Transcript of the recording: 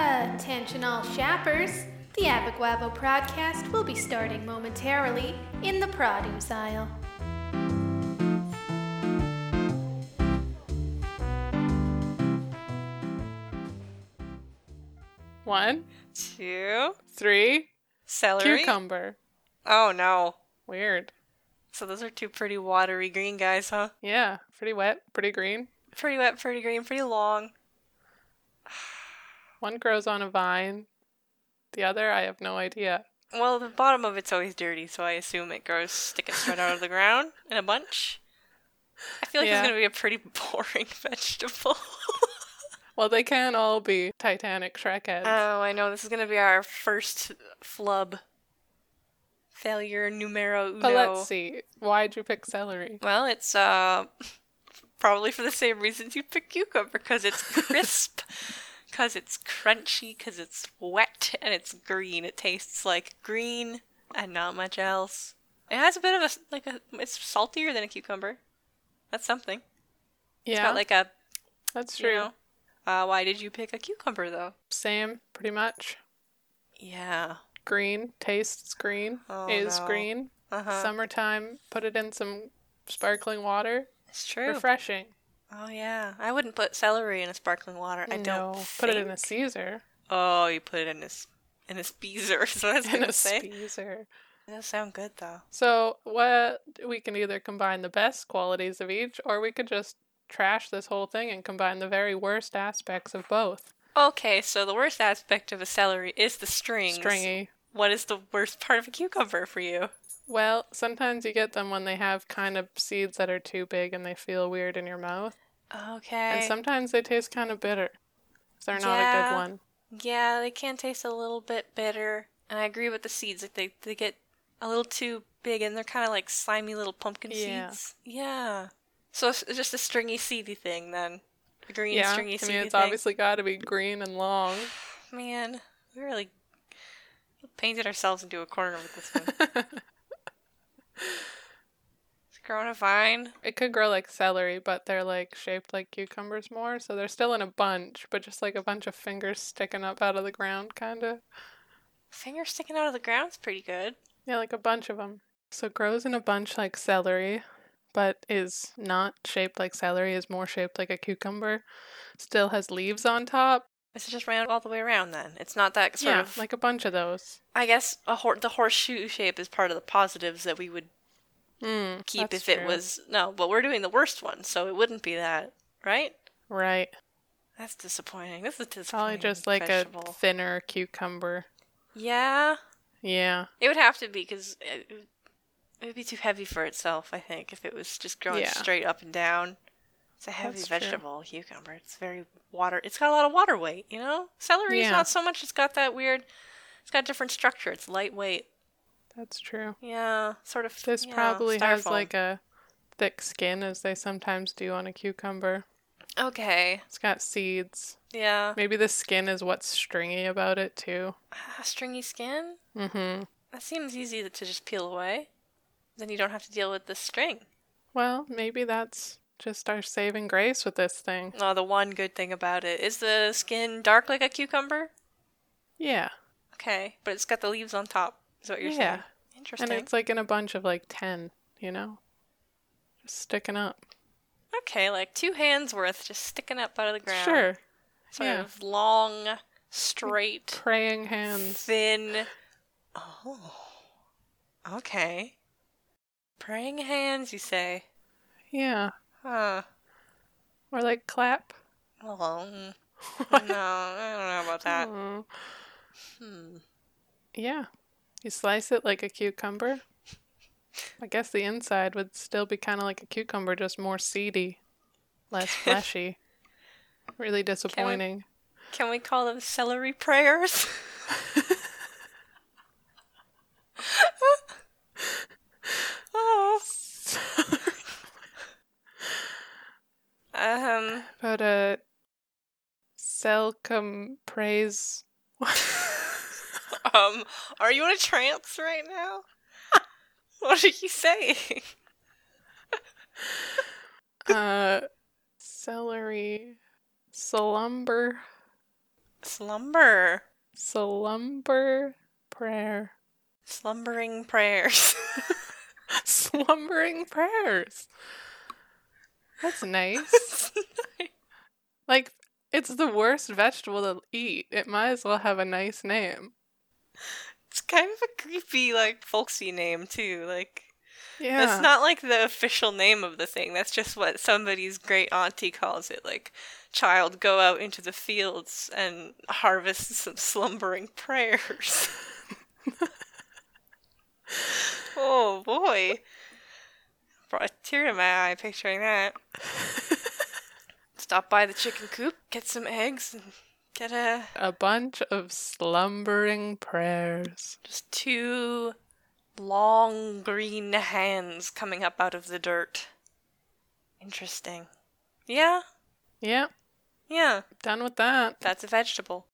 Attention all shoppers! The Abaguavo podcast will be starting momentarily in the produce aisle. One, two three, celery. cucumber. Oh no! Weird. So those are two pretty watery green guys, huh? Yeah, pretty wet, pretty green. Pretty wet, pretty green, pretty long. One grows on a vine. The other, I have no idea. Well, the bottom of it's always dirty, so I assume it grows sticking straight out of the ground in a bunch. I feel like Yeah. it's gonna be a pretty boring vegetable. Well, they can all be Titanic Shrek heads. oh, I know this is gonna be our first flub. Failure numero uno. but let's see. Why'd you pick celery? Well, it's uh, probably for the same reasons you pick cucumber because it's crisp, because it's crunchy, because it's wet, and it's green. It tastes like green and not much else. It has a bit of a like a. It's saltier than a cucumber. That's something. It's Yeah, got like a. that's You true. know, uh, why did you pick a cucumber though? Same, pretty much. Yeah. Green tastes green. Oh, is no. green. Uh huh. Summertime. Put it in some sparkling water. it's true. Refreshing. oh yeah. I wouldn't put celery in a sparkling water. I no, don't. put it in a think. Caesar. Oh, you put it in this in a speezer. So that's In gonna a say. Caesar. It does sound good though. So what we can either combine the best qualities of each, or we could just trash this whole thing and combine the very worst aspects of both. Okay, so the worst aspect of a celery is the strings. Stringy. What is the worst part of a cucumber for you? Well, sometimes you get them when they have kind of seeds that are too big and they feel weird in your mouth, Okay. and sometimes they taste kind of bitter. They're not a Yeah. good one. yeah, they can taste a little bit bitter. And I agree with the seeds. Like they, they get a little too big and they're kind of like slimy little pumpkin Yeah. seeds. Yeah. So it's it's just a stringy seedy thing then. A green yeah, I stringy mean seedy it's thing. obviously got to be green and long. Man, we really painted ourselves into a corner with this one. it's growing a vine. It could grow like celery, but they're like shaped like cucumbers more, so they're still in a bunch, but just like a bunch of fingers sticking up out of the ground, kind of. Finger sticking out of the ground's pretty good. Yeah, like a bunch of them. So it grows in a bunch like celery, but is not shaped like celery, is more shaped like a cucumber. Still has leaves on top. It's just round all the way around then. It's not that sort yeah, of like a bunch of those. I guess a hor- the horseshoe shape is part of the positives that we would Mm, keep that's if it true. was no, but we're doing the worst one, so it wouldn't be that, right? right. That's disappointing. This is Probably disappointing. just like a vegetable. thinner cucumber. Yeah, Yeah, it would have to be because it, would- it would be too heavy for itself. I think if it was just growing Yeah. straight up and down, it's a heavy That's true. vegetable. Cucumber. It's very water. It's got a lot of water weight. You know, celery Yeah. is not so much. It's got that weird. It's got different structure. It's lightweight. that's true. Yeah, sort of. This yeah, probably has styrofoam. like a thick skin, as they sometimes do on a cucumber. Okay. It's got seeds. Yeah. Maybe the skin is what's stringy about it too. Ah, stringy skin? Mm-hmm. That seems easy to just peel away. Then you don't have to deal with the string. Well, maybe that's just our saving grace with this thing. Oh, the one good thing about it is the skin dark like a cucumber? Yeah. Okay. But it's got the leaves on top, is what you're Yeah. saying. Interesting. And it's like in a bunch of like 10, you know? Just sticking up. okay, like two hands worth just sticking up out of the ground. Sure. Sort yeah. of long, straight, Praying hands. thin. Oh. Okay. Praying hands, you say? Yeah. Huh. Or like clap. Well, mm, no, I don't know about that. Mm. Uh, Hmm. Yeah. You slice it like a cucumber. I guess the inside would still be kind of like a cucumber, just more seedy, less fleshy. really disappointing. Can we call them celery prayers? oh. Um, But uh, Selcom praise. um, are you in a trance right now? What are you saying? uh, celery, slumber, Slumber. Slumber prayer. Slumbering prayers. Slumbering prayers. That's nice. like, it's the worst vegetable to eat. It might as well have a nice name. it's kind of a creepy, like, folksy name, too. Like, Yeah. that's not like the official name of the thing. That's just what somebody's great auntie calls it. Like, child, go out into the fields and harvest some slumbering prayers. oh, boy. Brought a tear to my eye picturing that. Stop by the chicken coop, get some eggs, and get a a bunch of slumbering prayers. Just two long green hands coming up out of the dirt. Interesting. Yeah, Yep. yeah, Done with that. that's a vegetable.